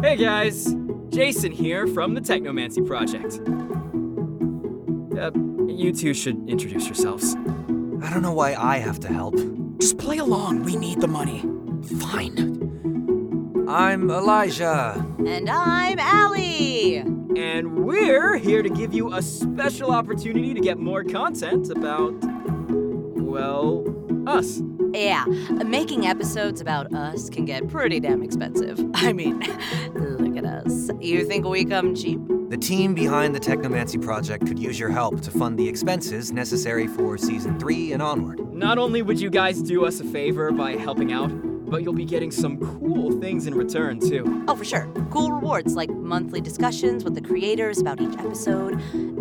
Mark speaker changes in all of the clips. Speaker 1: Hey guys, Jason here from the Technomancy Project. Uh, you two should introduce yourselves.
Speaker 2: I don't know why I have to help.
Speaker 3: Just play along. We need the money. Fine.
Speaker 2: I'm Elijah.
Speaker 4: And I'm Allie.
Speaker 1: And we're here to give you a special opportunity to get more content about, well, us.
Speaker 4: Yeah, making episodes about us can get pretty damn expensive. I mean, look at us. You think we come cheap?
Speaker 2: The team behind the Technomancy Project could use your help to fund the expenses necessary for season three and onward.
Speaker 1: Not only would you guys do us a favor by helping out, but you'll be getting some cool things in return too.
Speaker 4: Oh, for sure. Cool rewards like monthly discussions with the creators about each episode,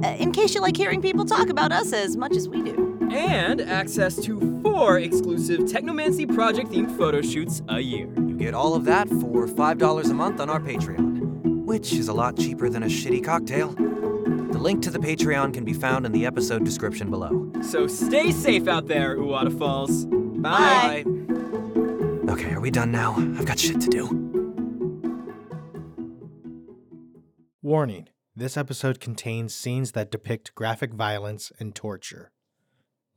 Speaker 4: uh, in case you like hearing people talk about us as much as we do.
Speaker 1: And access to four exclusive Technomancy Project themed photo shoots a year.
Speaker 2: You get all of that for $5 a month on our Patreon, which is a lot cheaper than a shitty cocktail. The link to the Patreon can be found in the episode description below.
Speaker 1: So stay safe out there, Uwata Falls. Bye.
Speaker 4: Bye.
Speaker 2: Okay, are we done now? I've got shit to do.
Speaker 5: Warning this episode contains scenes that depict graphic violence and torture.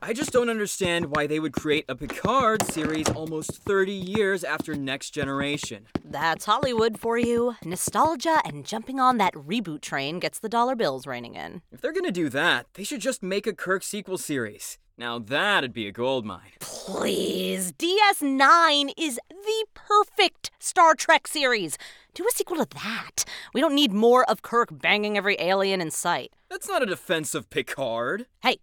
Speaker 1: I just don't understand why they would create a Picard series almost 30 years after Next Generation.
Speaker 4: That's Hollywood for you. Nostalgia and jumping on that reboot train gets the dollar bills raining in.
Speaker 1: If they're gonna do that, they should just make a Kirk sequel series. Now that'd be a goldmine.
Speaker 4: Please, DS9 is the perfect Star Trek series. Do a sequel to that. We don't need more of Kirk banging every alien in sight.
Speaker 1: That's not a defense of Picard.
Speaker 4: Hey,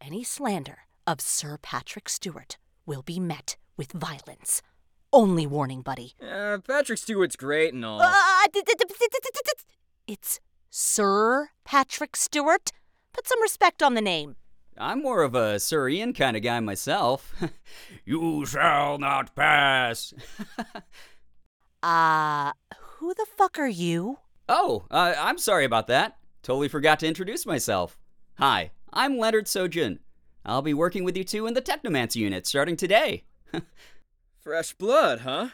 Speaker 4: any slander of Sir Patrick Stewart will be met with violence. Only warning, buddy.
Speaker 1: Uh, Patrick Stewart's great and all.
Speaker 4: Uh, d- d- d- d- d- d- d- d- It's Sir Patrick Stewart. Put some respect on the name.
Speaker 6: I'm more of a Surian kind of guy myself. you shall not pass.
Speaker 4: Uh, who the fuck are you?
Speaker 6: oh, uh, I'm sorry about that. Totally forgot to introduce myself. Hi, I'm Leonard Sojin. I'll be working with you two in the Technomancy unit starting today.
Speaker 1: Fresh blood, huh?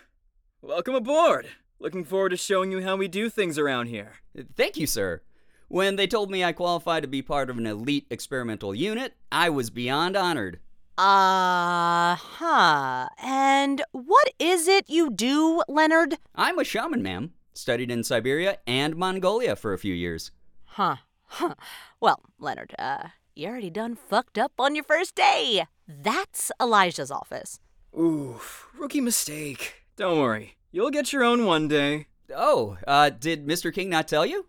Speaker 1: Welcome aboard. Looking forward to showing you how we do things around here.
Speaker 6: Thank you, sir. When they told me I qualified to be part of an elite experimental unit, I was beyond honored.
Speaker 4: Uh huh. And what is it you do, Leonard?
Speaker 6: I'm a shaman, ma'am. Studied in Siberia and Mongolia for a few years.
Speaker 4: Huh. Huh. Well, Leonard, uh, you already done fucked up on your first day. That's Elijah's office.
Speaker 1: Oof, rookie mistake. Don't worry, you'll get your own one day.
Speaker 6: Oh, uh, did Mr. King not tell you?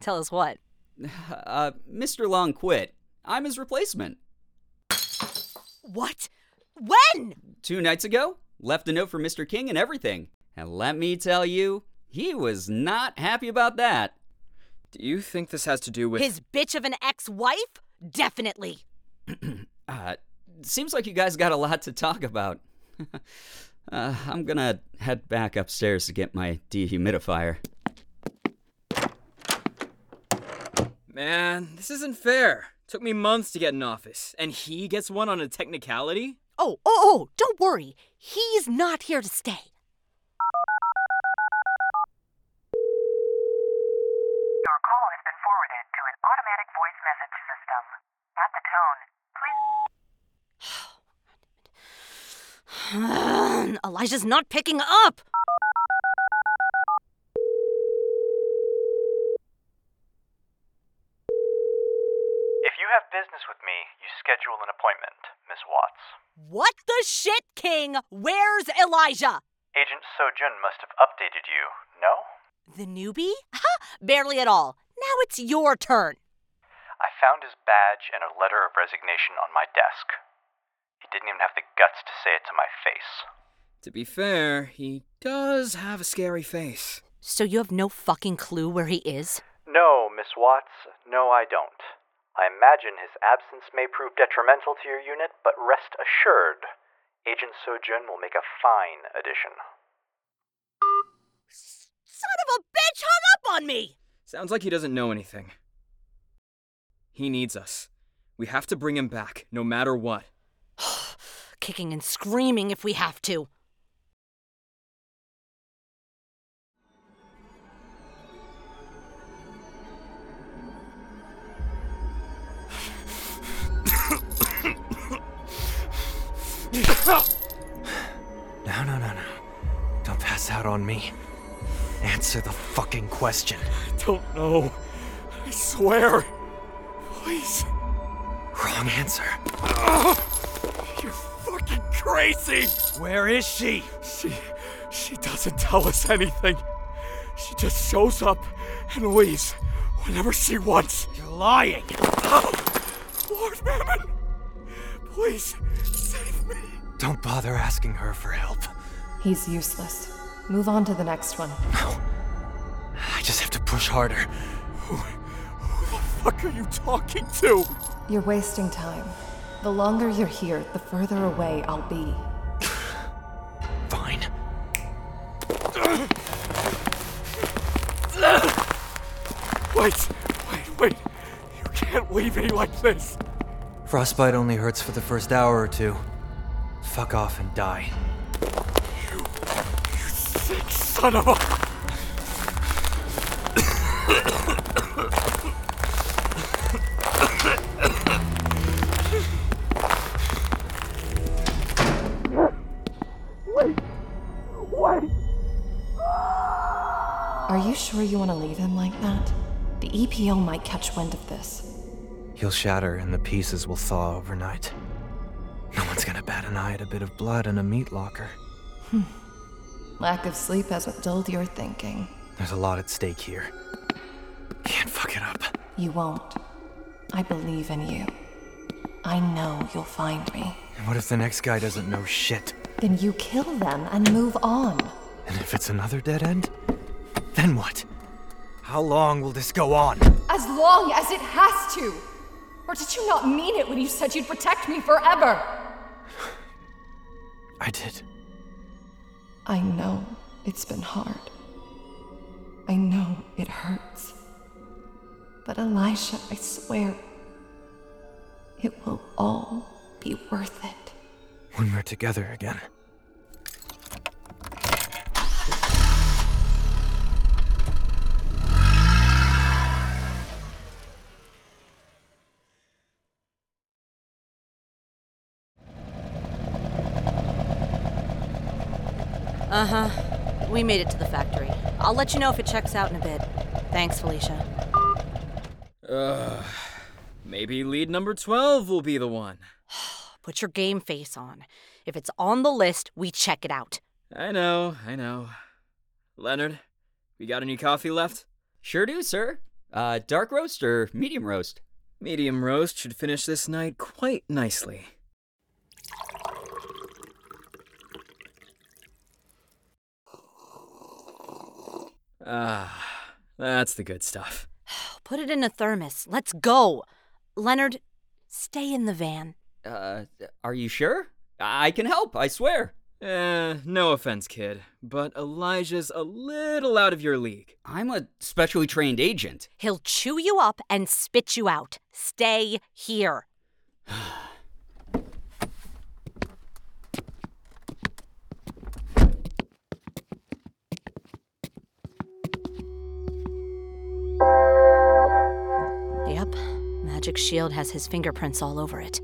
Speaker 4: Tell us what.
Speaker 6: Uh, Mr. Long quit. I'm his replacement.
Speaker 4: What? When?
Speaker 6: Two nights ago, left a note for Mr. King and everything. And let me tell you, he was not happy about that.
Speaker 1: Do you think this has to do with.
Speaker 4: His bitch of an ex wife? Definitely.
Speaker 6: Uh, seems like you guys got a lot to talk about. uh, I'm gonna head back upstairs to get my dehumidifier.
Speaker 1: Man, this isn't fair. Took me months to get an office, and he gets one on a technicality?
Speaker 4: Oh, oh, oh, don't worry. He's not here to stay.
Speaker 7: Your call has been forwarded to an automatic voice message system. At the tone, please
Speaker 4: Elijah's not picking up.
Speaker 8: If you have business with me, you schedule an appointment, Miss Watts.
Speaker 4: What the shit, King? Where's Elijah?
Speaker 8: Agent Sojun must have updated you, no?
Speaker 4: The newbie? Ha! Barely at all. Now it's your turn.
Speaker 8: I found his badge and a letter of resignation on my desk. He didn't even have the guts to say it to my face.
Speaker 1: To be fair, he does have a scary face.
Speaker 4: So you have no fucking clue where he is?
Speaker 8: No, Miss Watts, no, I don't. I imagine his absence may prove detrimental to your unit, but rest assured, Agent Sojourn will make a fine addition.
Speaker 4: Son of a bitch hung up on me!
Speaker 1: Sounds like he doesn't know anything. He needs us. We have to bring him back, no matter what.
Speaker 4: Kicking and screaming if we have to.
Speaker 2: No, no, no, no. Don't pass out on me. Answer the fucking question.
Speaker 3: I don't know. I swear. Please.
Speaker 2: Wrong answer.
Speaker 3: You're fucking crazy.
Speaker 2: Where is she?
Speaker 3: She. She doesn't tell us anything. She just shows up and leaves whenever she wants. Oh,
Speaker 2: You're lying.
Speaker 3: Lord Mammon! Please, save me!
Speaker 2: Don't bother asking her for help.
Speaker 9: He's useless. Move on to the next one.
Speaker 2: I just have to push harder.
Speaker 3: Who the fuck are you talking to?
Speaker 9: You're wasting time. The longer you're here, the further away I'll be.
Speaker 2: Fine.
Speaker 3: Wait, wait, wait. You can't leave me like this.
Speaker 2: Frostbite only hurts for the first hour or two. Fuck off and die.
Speaker 3: Sick son of a.
Speaker 9: Are you sure you want to leave him like that? The EPO might catch wind of this.
Speaker 2: He'll shatter and the pieces will thaw overnight. No one's gonna bat an eye at a bit of blood in a meat locker.
Speaker 9: Lack of sleep hasn't dulled your thinking.
Speaker 2: There's a lot at stake here. Can't fuck it up.
Speaker 9: You won't. I believe in you. I know you'll find me.
Speaker 2: And what if the next guy doesn't know shit?
Speaker 9: Then you kill them and move on.
Speaker 2: And if it's another dead end? Then what? How long will this go on?
Speaker 10: As long as it has to! Or did you not mean it when you said you'd protect me forever?
Speaker 2: I did.
Speaker 9: I know it's been hard. I know it hurts. But Elisha, I swear, it will all be worth it.
Speaker 2: When we're together again.
Speaker 4: Uh huh. We made it to the factory. I'll let you know if it checks out in a bit. Thanks, Felicia.
Speaker 1: Ugh. Maybe lead number 12 will be the one.
Speaker 4: Put your game face on. If it's on the list, we check it out.
Speaker 1: I know, I know. Leonard, we got any coffee left?
Speaker 6: Sure do, sir. Uh, dark roast or medium roast?
Speaker 1: Medium roast should finish this night quite nicely. Ah, that's the good stuff.
Speaker 4: Put it in a thermos. Let's go. Leonard, stay in the van.
Speaker 6: Uh, are you sure? I I can help, I swear.
Speaker 1: Eh, no offense, kid, but Elijah's a little out of your league.
Speaker 6: I'm a specially trained agent.
Speaker 4: He'll chew you up and spit you out. Stay here. Yep, Magic Shield has his fingerprints all over it.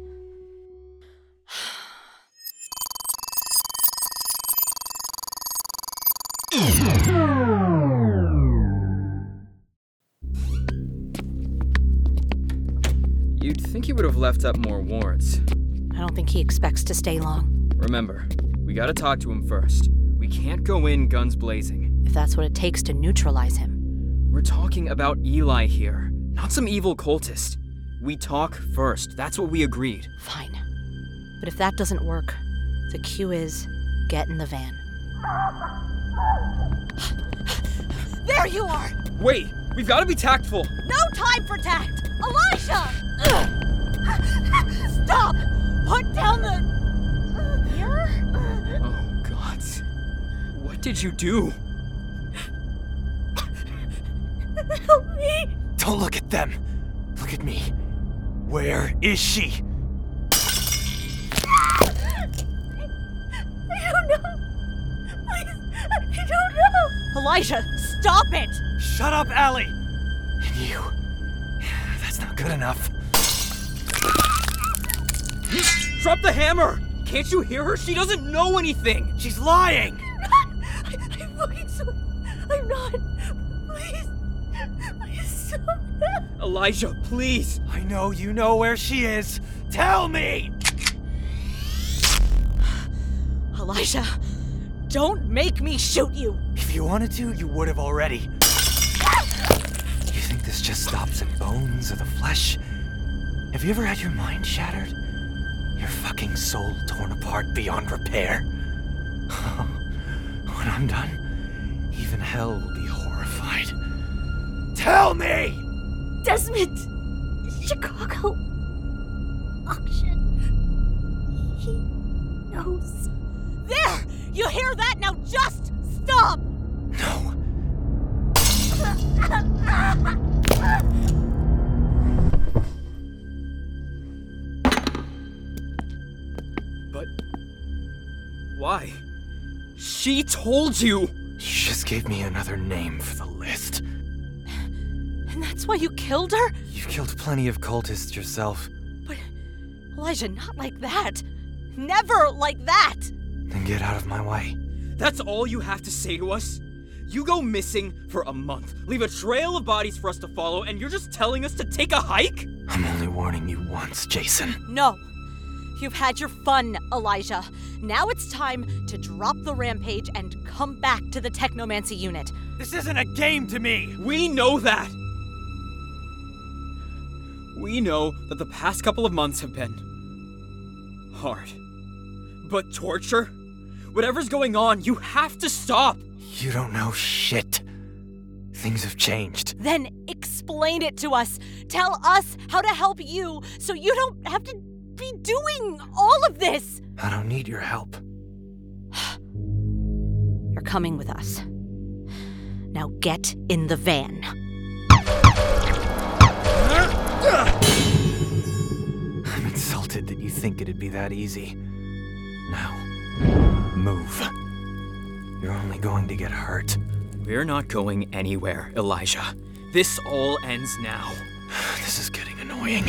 Speaker 1: You'd think he would have left up more warrants.
Speaker 4: I don't think he expects to stay long.
Speaker 1: Remember, we gotta talk to him first. We can't go in guns blazing.
Speaker 4: If that's what it takes to neutralize him.
Speaker 1: We're talking about Eli here, not some evil cultist. We talk first. That's what we agreed.
Speaker 4: Fine. But if that doesn't work, the cue is get in the van.
Speaker 11: There you are!
Speaker 1: Wait, we've got to be tactful.
Speaker 11: No time for tact! Elijah! Stop! Put down the. Mirror?
Speaker 1: Oh, God. What did you do?
Speaker 11: Help me!
Speaker 3: Don't look at them. Look at me. Where is she?
Speaker 11: I don't know! Please, I don't know! Elijah, stop it!
Speaker 3: Shut up, Allie!
Speaker 2: And you. That's not good enough.
Speaker 1: Drop the hammer! Can't you hear her? She doesn't know anything!
Speaker 3: She's lying!
Speaker 11: I'm fucking so. I'm not. Please. Please stop now.
Speaker 1: Elijah, please!
Speaker 3: I know you know where she is. Tell me!
Speaker 4: Elijah, don't make me shoot you.
Speaker 2: If you wanted to, you would have already. You think this just stops at bones or the flesh? Have you ever had your mind shattered? Your fucking soul torn apart beyond repair? when I'm done, even hell will be horrified. Tell me!
Speaker 11: Desmond! Chicago. Auction. He knows.
Speaker 4: There! You hear that? Now just stop!
Speaker 1: But. Why? She told you!
Speaker 2: You just gave me another name for the list.
Speaker 4: And that's why you killed her?
Speaker 2: You've killed plenty of cultists yourself.
Speaker 4: Elijah, not like that. Never like that.
Speaker 2: Then get out of my way.
Speaker 1: That's all you have to say to us? You go missing for a month, leave a trail of bodies for us to follow, and you're just telling us to take a hike?
Speaker 2: I'm only warning you once, Jason.
Speaker 4: No. You've had your fun, Elijah. Now it's time to drop the rampage and come back to the Technomancy unit.
Speaker 3: This isn't a game to me!
Speaker 1: We know that! We know that the past couple of months have been. hard. But torture? Whatever's going on, you have to stop!
Speaker 2: You don't know shit. Things have changed.
Speaker 4: Then explain it to us. Tell us how to help you so you don't have to be doing all of this.
Speaker 2: I don't need your help.
Speaker 4: You're coming with us. Now get in the van.
Speaker 2: I'm insulted that you think it'd be that easy. Now, move. You're only going to get hurt.
Speaker 1: We're not going anywhere, Elijah. This all ends now.
Speaker 2: This is getting annoying.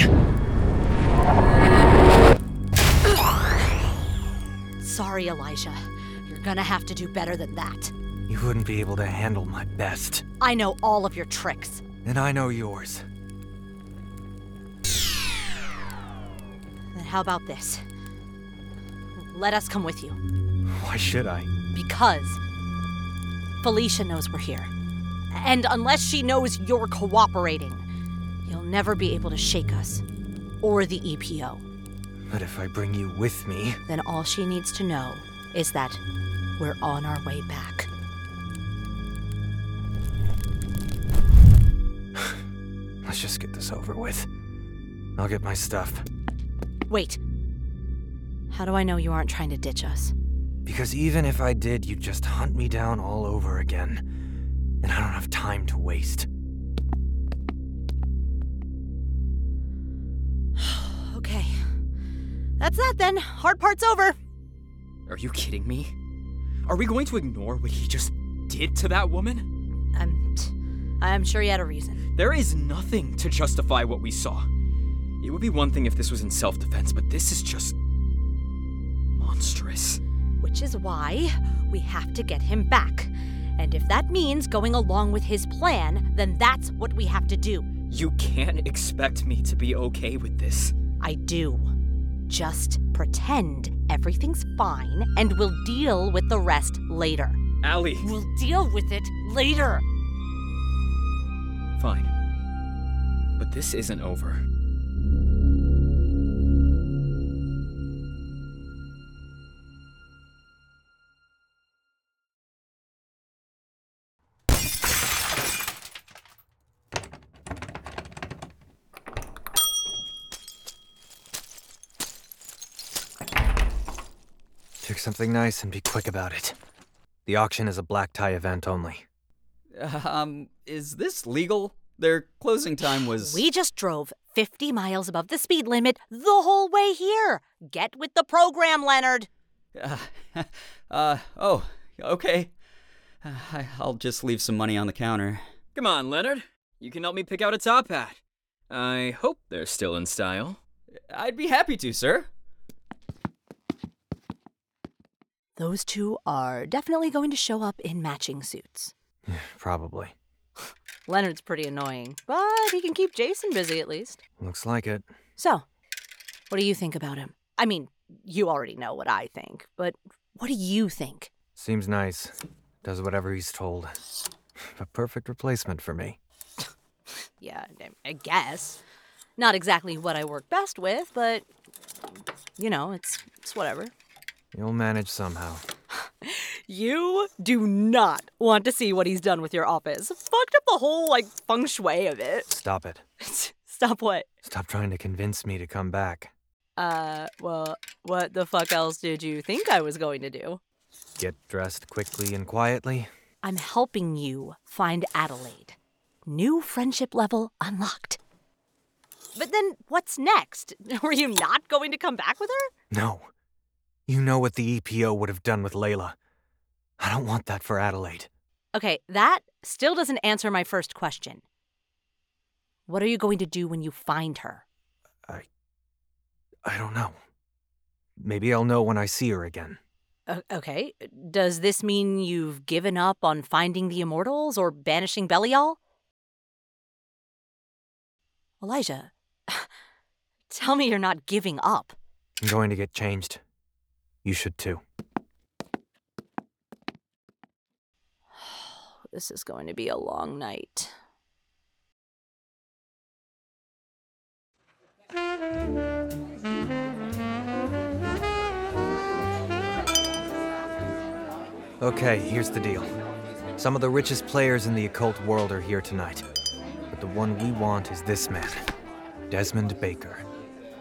Speaker 4: Sorry, Elijah. You're gonna have to do better than that.
Speaker 2: You wouldn't be able to handle my best.
Speaker 4: I know all of your tricks.
Speaker 2: And I know yours.
Speaker 4: Then how about this? Let us come with you.
Speaker 2: Why should I?
Speaker 4: Because Felicia knows we're here. And unless she knows you're cooperating, you'll never be able to shake us or the EPO.
Speaker 2: But if I bring you with me,
Speaker 4: Then all she needs to know is that we're on our way back.
Speaker 2: let's just get this over with. I'll get my stuff.
Speaker 4: Wait. How do I know you aren't trying to ditch us?
Speaker 2: Because even if I did, you'd just hunt me down all over again. And I don't have time to waste.
Speaker 4: Okay. That's that then. Hard part's over.
Speaker 1: Are you kidding me? Are we going to ignore what he just did to that woman?
Speaker 4: I'm. I'm sure he had a reason.
Speaker 1: There is nothing to justify what we saw. It would be one thing if this was in self defense, but this is just. monstrous.
Speaker 4: Which is why we have to get him back. And if that means going along with his plan, then that's what we have to do.
Speaker 1: You can't expect me to be okay with this.
Speaker 4: I do. Just pretend everything's fine and we'll deal with the rest later.
Speaker 1: Allie,
Speaker 4: We'll deal with it later.
Speaker 1: fine. But this isn't over.
Speaker 2: pick something nice and be quick about it. The auction is a black tie event only.
Speaker 6: Um, is this legal? Their closing time was.
Speaker 4: We just drove 50 miles above the speed limit the whole way here. Get with the program, Leonard.
Speaker 6: Uh, uh, oh, okay. Uh, I- I'll just leave some money on the counter.
Speaker 1: Come on, Leonard. You can help me pick out a top hat. I hope they're still in style.
Speaker 6: I'd be happy to, sir.
Speaker 4: Those two are definitely going to show up in matching suits.
Speaker 2: Probably.
Speaker 4: Leonard's pretty annoying, but he can keep Jason busy at least.
Speaker 2: Looks like it.
Speaker 4: So, what do you think about him? I mean, you already know what I think, but what do you think?
Speaker 2: Seems nice. Does whatever he's told. A perfect replacement for me.
Speaker 4: Yeah, I- I guess. Not exactly what I work best with, but you know, it's it's whatever.
Speaker 2: You'll manage somehow.
Speaker 4: You do not want to see what he's done with your office. Fucked up the whole like feng shui of it.
Speaker 2: Stop it.
Speaker 4: Stop what?
Speaker 2: Stop trying to convince me to come back.
Speaker 4: Uh, well, what the fuck else did you think I was going to do?
Speaker 2: Get dressed quickly and quietly.
Speaker 4: I'm helping you find Adelaide. New friendship level unlocked. But then what's next? Were you not going to come back with her?
Speaker 2: No. You know what the EPO would have done with Layla. I don't want that for Adelaide.
Speaker 4: Okay, that still doesn't answer my first question. What are you going to do when you find her?
Speaker 2: I don't know. Maybe I'll know when I see her again.
Speaker 4: O- okay, does this mean you've given up on finding the immortals or banishing Belial? Elijah, tell me you're not giving up.
Speaker 2: I'm going to get changed. You should too.
Speaker 4: This is going to be a long night.
Speaker 2: Okay, here's the deal. Some of the richest players in the occult world are here tonight. But the one we want is this man, Desmond Baker.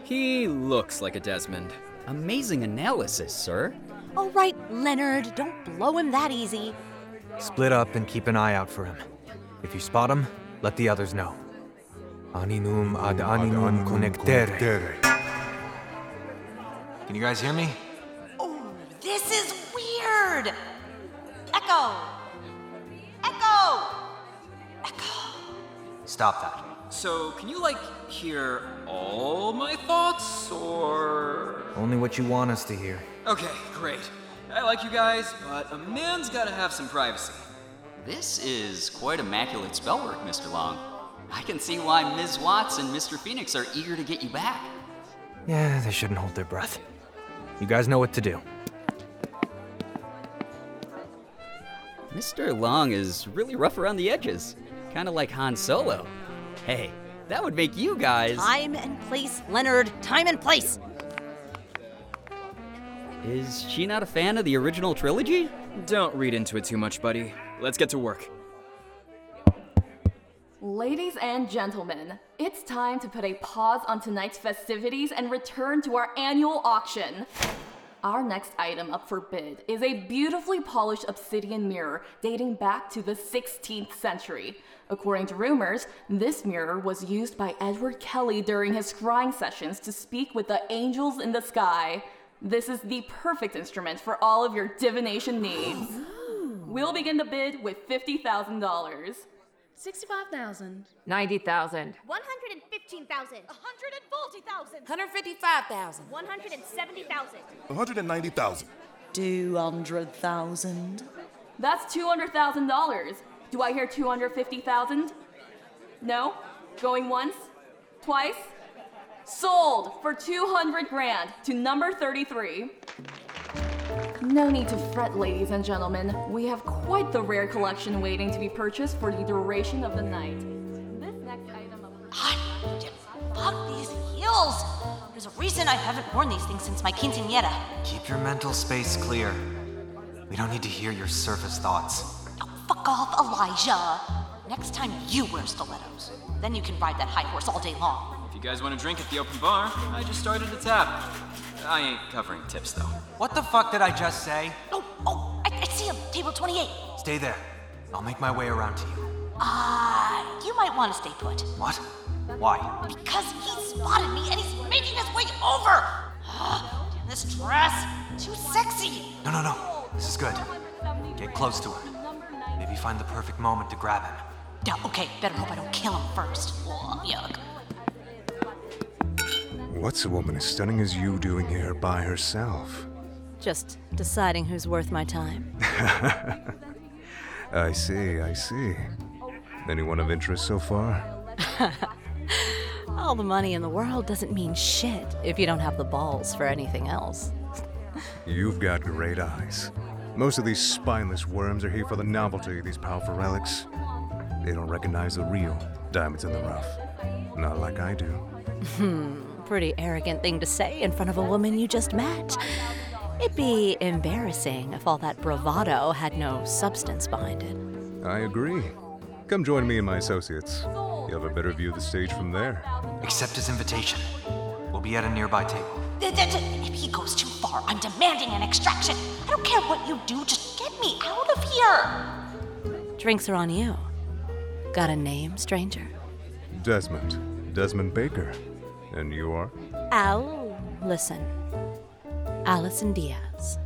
Speaker 1: He looks like a Desmond.
Speaker 6: Amazing analysis, sir.
Speaker 4: All right, Leonard, don't blow him that easy.
Speaker 2: Split up and keep an eye out for him. If you spot him, let the others know. Aninum ad aninum connectere. Can you guys hear me?
Speaker 11: This is weird! Echo! Echo!
Speaker 2: Stop that.
Speaker 1: So, can you, like, hear all my thoughts, or.
Speaker 2: Only what you want us to hear.
Speaker 1: Okay, great. I like you guys, but a man's gotta have some privacy.
Speaker 6: This is quite immaculate spellwork, Mr. Long. I can see why Ms. Watts and Mr. Phoenix are eager to get you back.
Speaker 2: Yeah, they shouldn't hold their breath. You guys know what to do.
Speaker 6: Mr. Long is really rough around the edges, kind of like Han Solo. Hey, that would make you guys.
Speaker 4: Time and place, Leonard, time and place.
Speaker 6: Is she not a fan of the original trilogy?
Speaker 1: Don't read into it too much, buddy. Let's get to work.
Speaker 10: Ladies and gentlemen, it's time to put a pause on tonight's festivities and return to our annual auction. Our next item up for bid is a beautifully polished obsidian mirror dating back to the 16th century. According to rumors, this mirror was used by Edward Kelly during his scrying sessions to speak with the angels in the sky. This is the perfect instrument for all of your divination needs. We'll begin the bid with $50,000.
Speaker 12: 65,000.
Speaker 10: 90,000.
Speaker 11: 115,000. 140,000.
Speaker 12: 155,000.
Speaker 11: 170,000.
Speaker 13: 190,000.
Speaker 12: 200,000.
Speaker 10: That's $200,000. Do I hear 250,000? No? Going once? Twice? Sold for 200 grand to number 33. No need to fret, ladies and gentlemen. We have quite the rare collection waiting to be purchased for the duration of the night. This next item of
Speaker 4: Fuck these heels! There's a reason I haven't worn these things since my quinceanera.
Speaker 2: Keep your mental space clear. We don't need to hear your surface thoughts.
Speaker 4: Fuck off, Elijah! Next time you wear stilettos. Then you can ride that high horse all day long.
Speaker 1: If you guys want to drink at the open bar, I just started a tap.
Speaker 13: I ain't covering tips, though.
Speaker 2: What the fuck did I just say?
Speaker 4: oh,
Speaker 11: I, I see him. Table 28.
Speaker 2: Stay there. I'll make my way around to you.
Speaker 11: Ah, you might want to stay put.
Speaker 2: What? Why?
Speaker 11: Because he spotted me and he's making his way over. Ah, damn this dress. Too sexy.
Speaker 2: No, no, no. This is good. Get close to him. Maybe find the perfect moment to grab him.
Speaker 11: Yeah, okay, better hope I don't kill him first. Ugh, yuck.
Speaker 14: What's a woman as stunning as you doing here by herself?
Speaker 4: Just deciding who's worth my time.
Speaker 14: I see, I see. Anyone of interest so far?
Speaker 4: All the money in the world doesn't mean shit if you don't have the balls for anything else.
Speaker 14: You've got great eyes. Most of these spineless worms are here for the novelty of these powerful relics. They don't recognize the real diamonds in the rough. Not like I do.
Speaker 4: Hmm, pretty arrogant thing to say in front of a woman you just met. It'd be embarrassing if all that bravado had no substance behind it.
Speaker 14: I agree. Come join me and my associates. You'll have a better view of the stage from there.
Speaker 2: Accept his invitation. We'll be at a nearby table.
Speaker 11: Th- th- th- If he goes too far, I'm demanding an extraction. I don't care what you do, just get me out of here.
Speaker 4: Drinks are on you. Got a name, stranger?
Speaker 14: Desmond. Desmond Baker. And you are?
Speaker 4: Al, listen. Allison Diaz.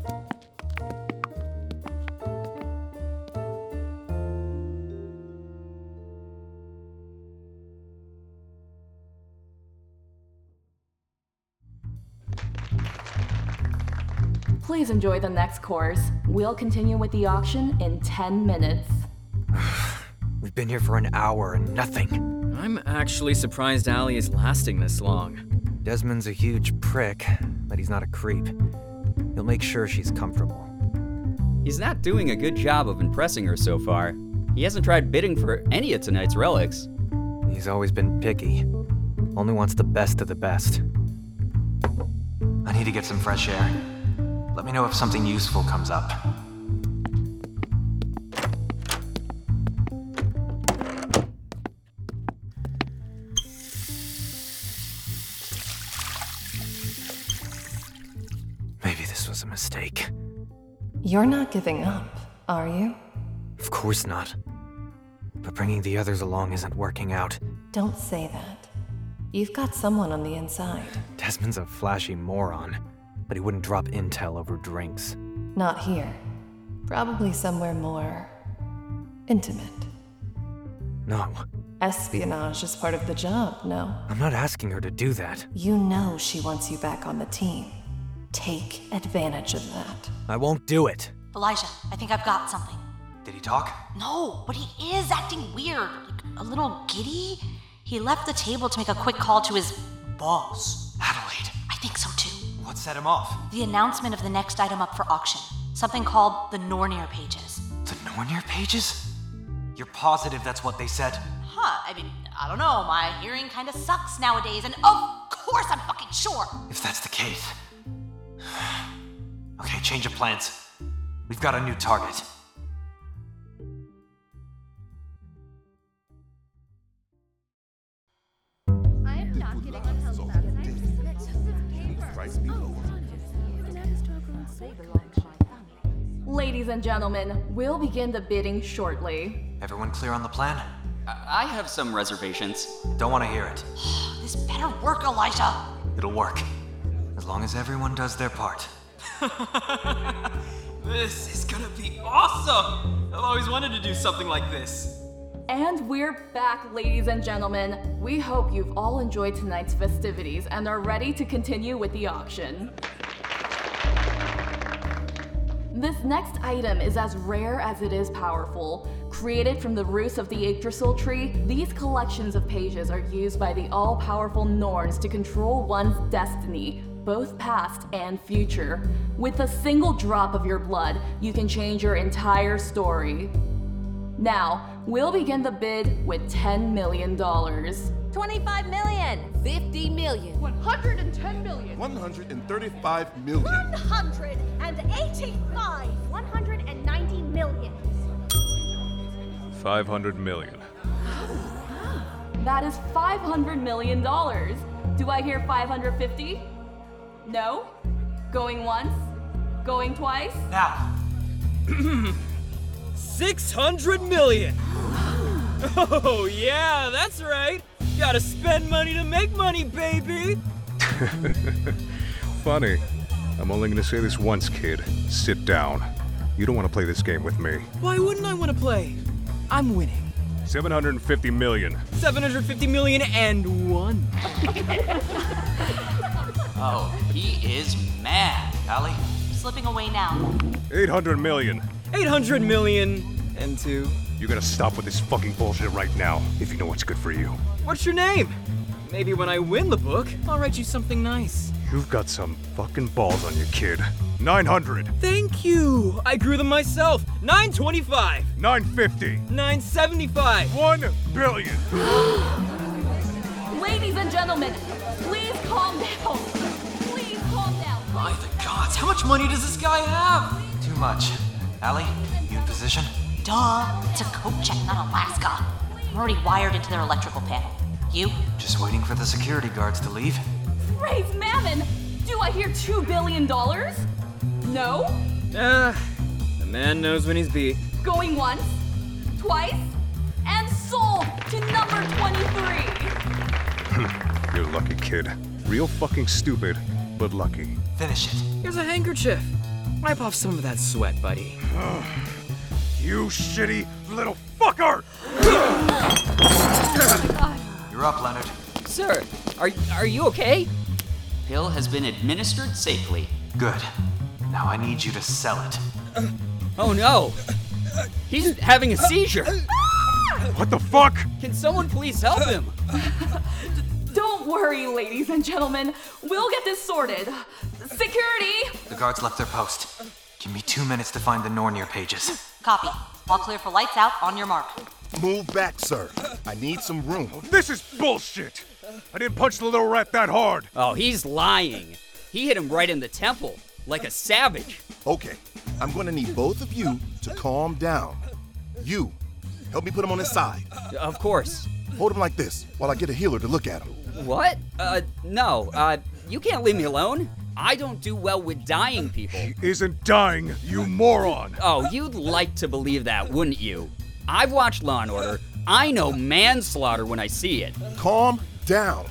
Speaker 10: Please enjoy the next course. We'll continue with the auction in 10 minutes.
Speaker 2: We've been here for an hour and nothing.
Speaker 13: I'm actually surprised Allie is lasting this long.
Speaker 2: Desmond's a huge prick, but he's not a creep. He'll make sure she's comfortable.
Speaker 6: He's not doing a good job of impressing her so far. He hasn't tried bidding for any of tonight's relics.
Speaker 2: He's always been picky. Only wants the best of the best. I need to get some fresh air. Let me know if something useful comes up. Maybe this was a mistake.
Speaker 9: You're not giving up, are you?
Speaker 2: Of course not. But bringing the others along isn't working out.
Speaker 9: Don't say that. You've got someone on the inside.
Speaker 2: Desmond's a flashy moron, but he wouldn't drop intel over drinks.
Speaker 9: Not here. Probably somewhere more intimate.
Speaker 2: No,
Speaker 9: Espionage is part of the job, no?
Speaker 2: I'm not asking her to do that.
Speaker 9: You know she wants you back on the team. Take advantage of that.
Speaker 2: I won't do it.
Speaker 11: Elijah, I think I've got something.
Speaker 2: Did he talk?
Speaker 11: No, but he is acting weird, like a little giddy. He left the table to make a quick call to his boss.
Speaker 2: Adelaide.
Speaker 11: I think so too.
Speaker 2: What set him off?
Speaker 11: The announcement of the next item up for auction, something called the Nornir pages.
Speaker 2: The Nornir pages? You're positive that's what they said?
Speaker 11: Huh, I mean, I don't know, my hearing kinda sucks nowadays, and of course I'm fucking sure!
Speaker 2: If that's the case. okay, change of plans. We've got a new target.
Speaker 10: Oh, Ladies and gentlemen, we'll begin the bidding shortly.
Speaker 2: Everyone clear on the plan?
Speaker 6: I have some reservations.
Speaker 2: Don't want to hear it.
Speaker 11: This better work, Elijah!
Speaker 2: It'll work. As long as everyone does their part.
Speaker 13: This is gonna be awesome! I've always wanted to do something like this.
Speaker 10: And we're back, ladies and gentlemen. We hope you've all enjoyed tonight's festivities and are ready to continue with the auction. This next item is as rare as it is powerful. Created from the roots of the Yggdrasil tree, these collections of pages are used by the all powerful Norns to control one's destiny, both past and future. With a single drop of your blood, you can change your entire story. Now, we'll begin the bid with $10 million.
Speaker 12: 25 million. 50 million. 110 million.
Speaker 15: 135 million.
Speaker 12: 185. 190 million.
Speaker 14: 500 million.
Speaker 10: That is $500 million. Do I hear 550? No? Going once? Going twice?
Speaker 1: Now. 600 million! Oh, yeah, that's right! Gotta spend money to make money, baby!
Speaker 14: Funny. I'm only gonna say this once, kid. Sit down. You don't wanna play this game with me.
Speaker 1: Why wouldn't I wanna play? I'm winning.
Speaker 14: 750 million.
Speaker 1: 750 million and one.
Speaker 16: Oh, he is mad, Allie.
Speaker 11: Slipping away now.
Speaker 14: 800 million.
Speaker 1: 800 million and two.
Speaker 14: You gotta stop with this fucking bullshit right now if you know what's good for you.
Speaker 1: What's your name? Maybe when I win the book, I'll write you something nice.
Speaker 14: You've got some fucking balls on you, kid. 900.
Speaker 1: Thank you! I grew them myself! 925!
Speaker 14: 950.
Speaker 1: 975!
Speaker 14: 1 billion!
Speaker 10: Ladies and gentlemen, please calm down. Please calm down.
Speaker 16: My the gods, how much money does this guy have?
Speaker 2: Too much. Allie, you in position?
Speaker 11: Duh, it's a coat check, not Alaska. I'm already wired into their electrical panel. You?
Speaker 2: Just waiting for the security guards to leave.
Speaker 10: Praise Mammon! Do I hear $2 billion? No?
Speaker 1: Ah, the man knows when he's beat.
Speaker 10: Going once, twice, and sold to number 23.
Speaker 14: You're lucky, kid. Real fucking stupid, but lucky.
Speaker 2: Finish it.
Speaker 1: Here's a handkerchief. Wipe off some of that sweat, buddy.
Speaker 14: You shitty little fucker!
Speaker 2: You're up, Leonard.
Speaker 6: Sir, are, are you okay? Pill has been administered safely.
Speaker 2: Good. Now I need you to sell it.
Speaker 6: Oh no! He's having a seizure!
Speaker 14: What the fuck?
Speaker 6: Can someone please help him?
Speaker 10: Don't worry, ladies and gentlemen. We'll get this sorted. Security!
Speaker 2: The guards left their post. Give me two minutes to find the Nornir pages.
Speaker 11: Copy. All clear for lights out on your mark.
Speaker 15: Move back, sir. I need some room.
Speaker 14: This is bullshit! I didn't punch the little rat that hard!
Speaker 6: Oh, he's lying. He hit him right in the temple, like a savage.
Speaker 15: Okay, I'm gonna need both of you to calm down. You, help me put him on his side.
Speaker 6: Of course.
Speaker 15: Hold him like this while I get a healer to look at him.
Speaker 6: What? Uh, no, uh, you can't leave me alone. I don't do well with dying people.
Speaker 14: Isn't dying, you moron!
Speaker 6: Oh, you'd like to believe that, wouldn't you? I've watched Law and Order. I know manslaughter when I see it.
Speaker 15: Calm down.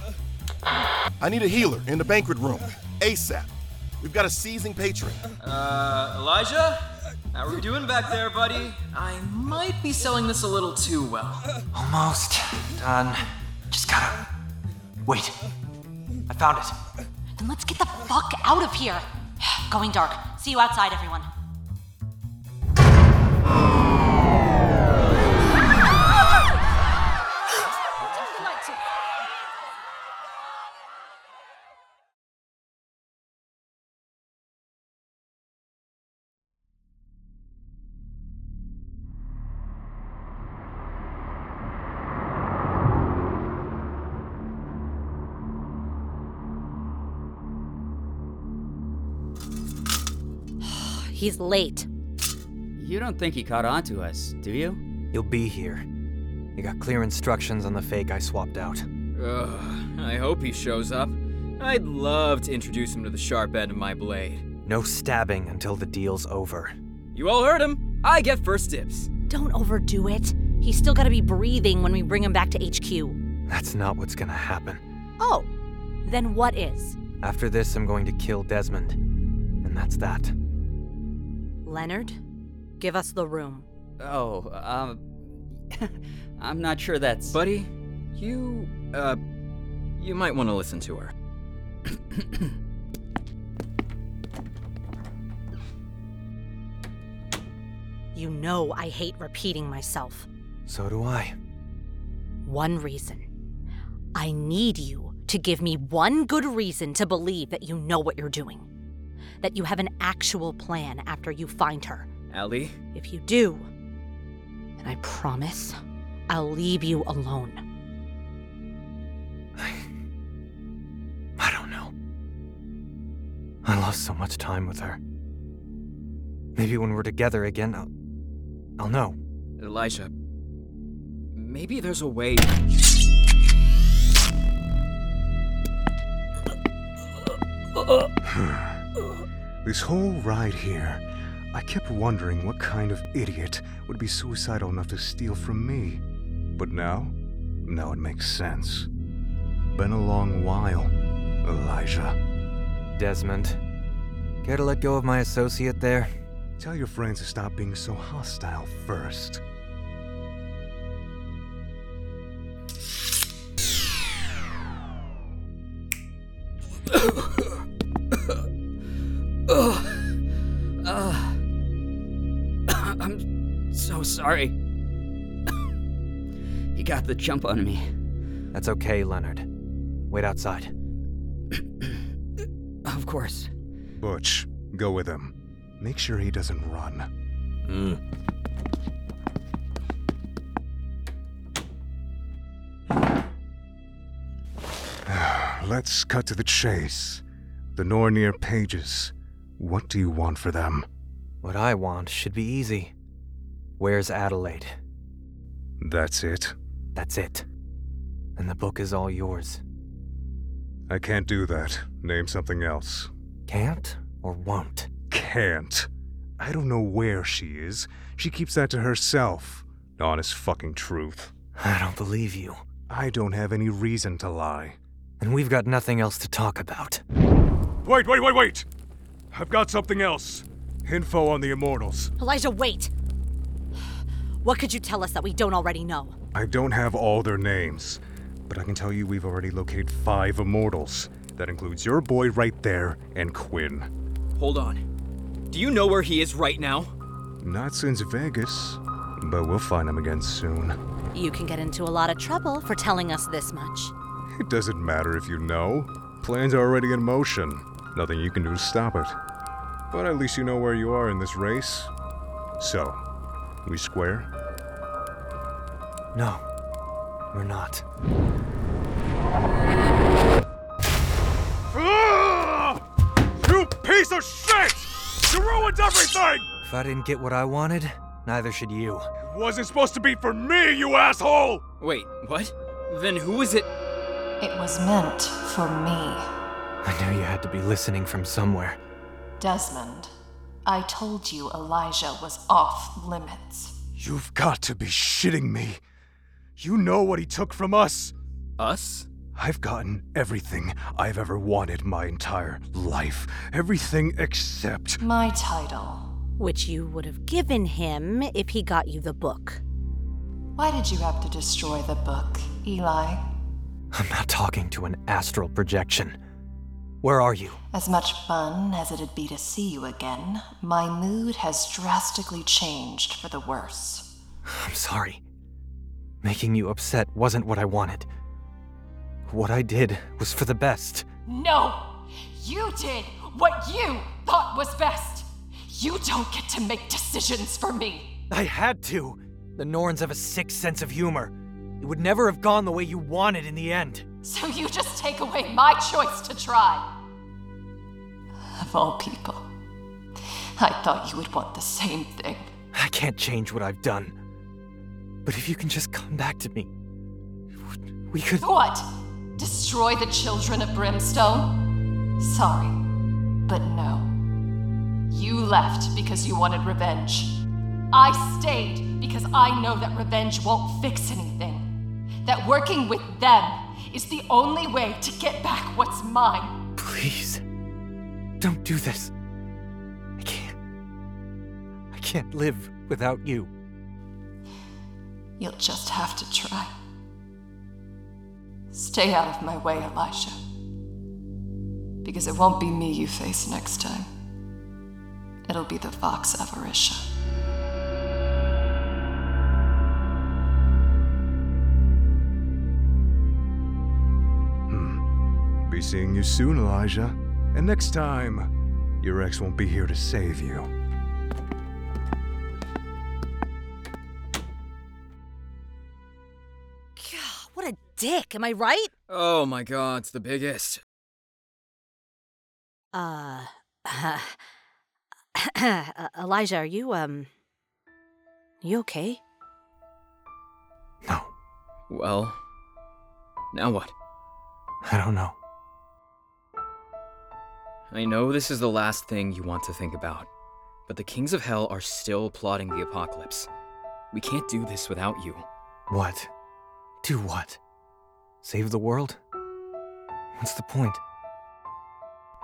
Speaker 15: I need a healer in the banquet room, ASAP. We've got a seizing patron.
Speaker 13: Uh, Elijah? How are we doing back there, buddy? I might be selling this a little too well.
Speaker 2: Almost done. Just gotta. Wait. I found it.
Speaker 11: Then let's get the fuck out of here. Going dark. See you outside, everyone.
Speaker 4: He's late.
Speaker 6: You don't think he caught on to us, do you?
Speaker 2: You'll be here. You got clear instructions on the fake I swapped out.
Speaker 1: Ugh, I hope he shows up. I'd love to introduce him to the sharp end of my blade.
Speaker 2: No stabbing until the deal's over.
Speaker 1: You all heard him. I get first dibs.
Speaker 4: Don't overdo it. He's still gotta be breathing when we bring him back to HQ.
Speaker 2: That's not what's gonna happen.
Speaker 4: Oh, then what is?
Speaker 2: After this, I'm going to kill Desmond. And that's that.
Speaker 4: Leonard, give us the room.
Speaker 6: Oh, um, I'm not sure that's.
Speaker 1: Buddy, you, uh, you might want to listen to her.
Speaker 4: You know I hate repeating myself.
Speaker 2: So do I.
Speaker 4: One reason. I need you to give me one good reason to believe that you know what you're doing, that you have an actual plan after you find her.
Speaker 1: Allie?
Speaker 4: If you do, then I promise I'll leave you alone.
Speaker 2: I don't know. I lost so much time with her. Maybe when we're together again, I'll, I'll know.
Speaker 1: Elijah, maybe there's a way.
Speaker 14: This whole ride here, I kept wondering what kind of idiot would be suicidal enough to steal from me. But now, now it makes sense. Been a long while, Elijah.
Speaker 2: Desmond, care to let go of my associate there?
Speaker 14: Tell your friends to stop being so hostile first.
Speaker 6: Ugh. Ugh. I'm so sorry. he got the jump on me.
Speaker 2: That's okay, Leonard. Wait outside.
Speaker 6: Of course.
Speaker 14: Butch, go with him. Make sure he doesn't run. Let's cut to the chase. The Nornir pages. What do you want for them?
Speaker 2: What I want should be easy. Where's Adelaide?
Speaker 14: That's it.
Speaker 2: That's it. And the book is all yours.
Speaker 14: I can't do that. Name something else.
Speaker 2: Can't or won't?
Speaker 14: Can't. I don't know where she is. She keeps that to herself. Honest fucking truth.
Speaker 2: I don't believe you.
Speaker 14: I don't have any reason to lie.
Speaker 2: And we've got nothing else to talk about.
Speaker 14: Wait, wait, wait, wait! I've got something else. Info on the Immortals.
Speaker 4: Elijah, wait! What could you tell us that we don't already know?
Speaker 14: I don't have all their names, but I can tell you we've already located five Immortals. That includes your boy right there and Quinn.
Speaker 1: Hold on. Do you know where he is right now?
Speaker 14: Not since Vegas, but we'll find him again soon.
Speaker 4: You can get into a lot of trouble for telling us this much.
Speaker 14: It doesn't matter if you know. Plans are already in motion. Nothing you can do to stop it. But at least you know where you are in this race. So, we square?
Speaker 2: No, we're not.
Speaker 15: You piece of shit! You ruined everything!
Speaker 2: If I didn't get what I wanted, neither should you.
Speaker 15: It wasn't supposed to be for me, you asshole!
Speaker 1: Wait, what? Then who is it?
Speaker 9: It was meant for me.
Speaker 2: I knew you had to be listening from somewhere.
Speaker 9: Desmond, I told you Elijah was off limits.
Speaker 14: You've got to be shitting me. You know what he took from us.
Speaker 1: Us?
Speaker 14: I've gotten everything I've ever wanted my entire life. Everything except.
Speaker 9: My title.
Speaker 4: Which you would have given him if he got you the book.
Speaker 9: Why did you have to destroy the book, Eli?
Speaker 2: I'm not talking to an astral projection. Where are you?
Speaker 9: As much fun as it'd be to see you again, my mood has drastically changed for the worse.
Speaker 2: I'm sorry. Making you upset wasn't what I wanted. What I did was for the best.
Speaker 17: No! You did what you thought was best! You don't get to make decisions for me!
Speaker 2: I had to! The Norns have a sick sense of humor. It would never have gone the way you wanted in the end.
Speaker 17: So you just take away my choice to try!
Speaker 9: Of all people, I thought you would want the same thing.
Speaker 2: I can't change what I've done. But if you can just come back to me, we could. oh,
Speaker 17: What? Destroy the children of Brimstone?
Speaker 9: Sorry, but no.
Speaker 17: You left because you wanted revenge. I stayed because I know that revenge won't fix anything. That working with them is the only way to get back what's mine.
Speaker 2: Please. Don't do this. I can't. I can't live without you.
Speaker 9: You'll just have to try. Stay out of my way, Elisha. Because it won't be me you face next time. It'll be the Vox Avarisha.
Speaker 14: Be seeing you soon, Elijah. And next time, your ex won't be here to save you.
Speaker 4: What a dick, am I right?
Speaker 1: Oh my god, it's the biggest.
Speaker 4: Uh, uh, Elijah, are you, um, you okay?
Speaker 1: Well, now what?
Speaker 2: I don't know.
Speaker 1: I know this is the last thing you want to think about, but the kings of hell are still plotting the apocalypse. We can't do this without you.
Speaker 2: What? Do what? Save the world? What's the point?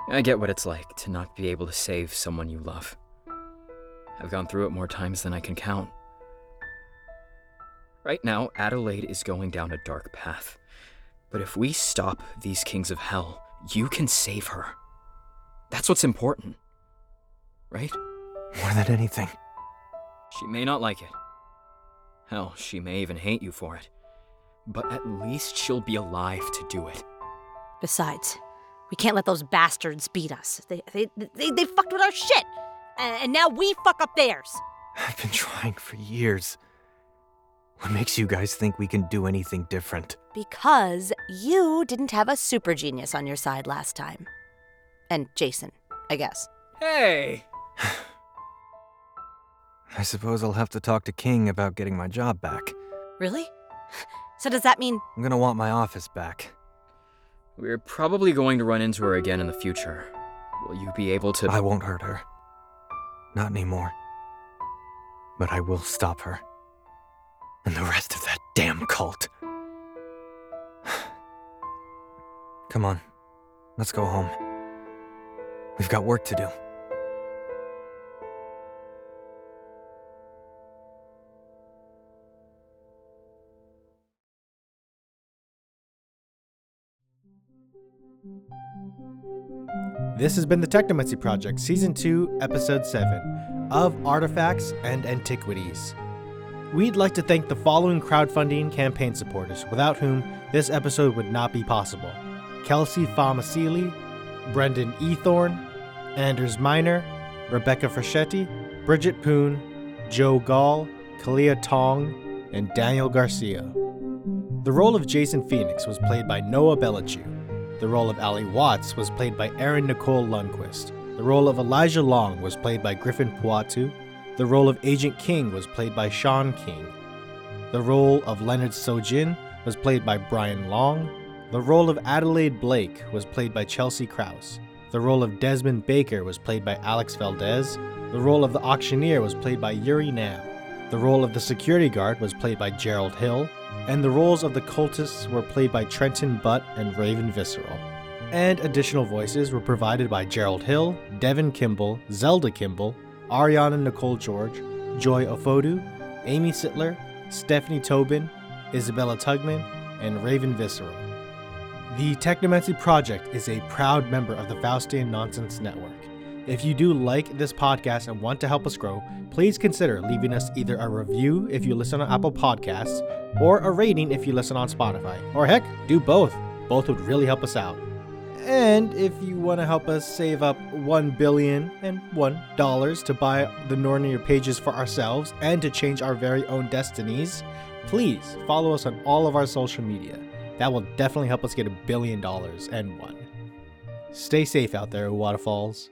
Speaker 1: I get what it's like to not be able to save someone you love. I've gone through it more times than I can count. Right now, Adelaide is going down a dark path. But if we stop these kings of hell, you can save her. That's what's important. Right?
Speaker 2: More than anything.
Speaker 1: She may not like it. Hell, she may even hate you for it. But at least she'll be alive to do it.
Speaker 4: Besides, we can't let those bastards beat us. They, they, they, they fucked with our shit, and and now we fuck up theirs.
Speaker 2: I've been trying for years. What makes you guys think we can do anything different?
Speaker 4: Because you didn't have a super genius on your side last time. And Jason, I guess.
Speaker 18: Hey!
Speaker 2: I suppose I'll have to talk to King about getting my job back.
Speaker 4: Really? So does that mean
Speaker 2: I'm gonna want my office back.
Speaker 1: We're probably going to run into her again in the future. Will you be able to?
Speaker 2: I won't hurt her. Not anymore. But I will stop her. And the rest of that damn cult. Come on. Let's go home. We've got work to do.
Speaker 5: This has been the Technomancy Project, Season 2, Episode 7 of Artifacts and Antiquities. We'd like to thank the following crowdfunding campaign supporters, without whom this episode would not be possible Kelsey Famasili, Brendan E. Thorne, Anders Miner, Rebecca Fraschetti, Bridget Poon, Joe Gall, Kalia Tong, and Daniel Garcia. The role of Jason Phoenix was played by Noah Bellichew. The role of Ali Watts was played by Erin Nicole Lundquist. The role of Elijah Long was played by Griffin Poatu. The role of Agent King was played by Sean King. The role of Leonard Sojin was played by Brian Long. The role of Adelaide Blake was played by Chelsea Krause. The role of Desmond Baker was played by Alex Valdez. The role of the auctioneer was played by Yuri Nam. The role of the security guard was played by Gerald Hill, and the roles of the cultists were played by Trenton Butt and Raven Visceral. And additional voices were provided by Gerald Hill, Devin Kimball, Zelda Kimball, Ariana Nicole George, Joy Ofodu, Amy Sittler, Stephanie Tobin, Isabella Tugman, and Raven Visceral. The Technomancy Project is a proud member of the Faustian Nonsense Network. If you do like this podcast and want to help us grow, please consider leaving us either a review if you listen on Apple Podcasts or a rating if you listen on Spotify. Or heck, do both. Both would really help us out. And if you want to help us save up one billion and one dollars to buy the Nornier pages for ourselves and to change our very own destinies, please follow us on all of our social media. That will definitely help us get a billion dollars and one. Stay safe out there, Waterfalls.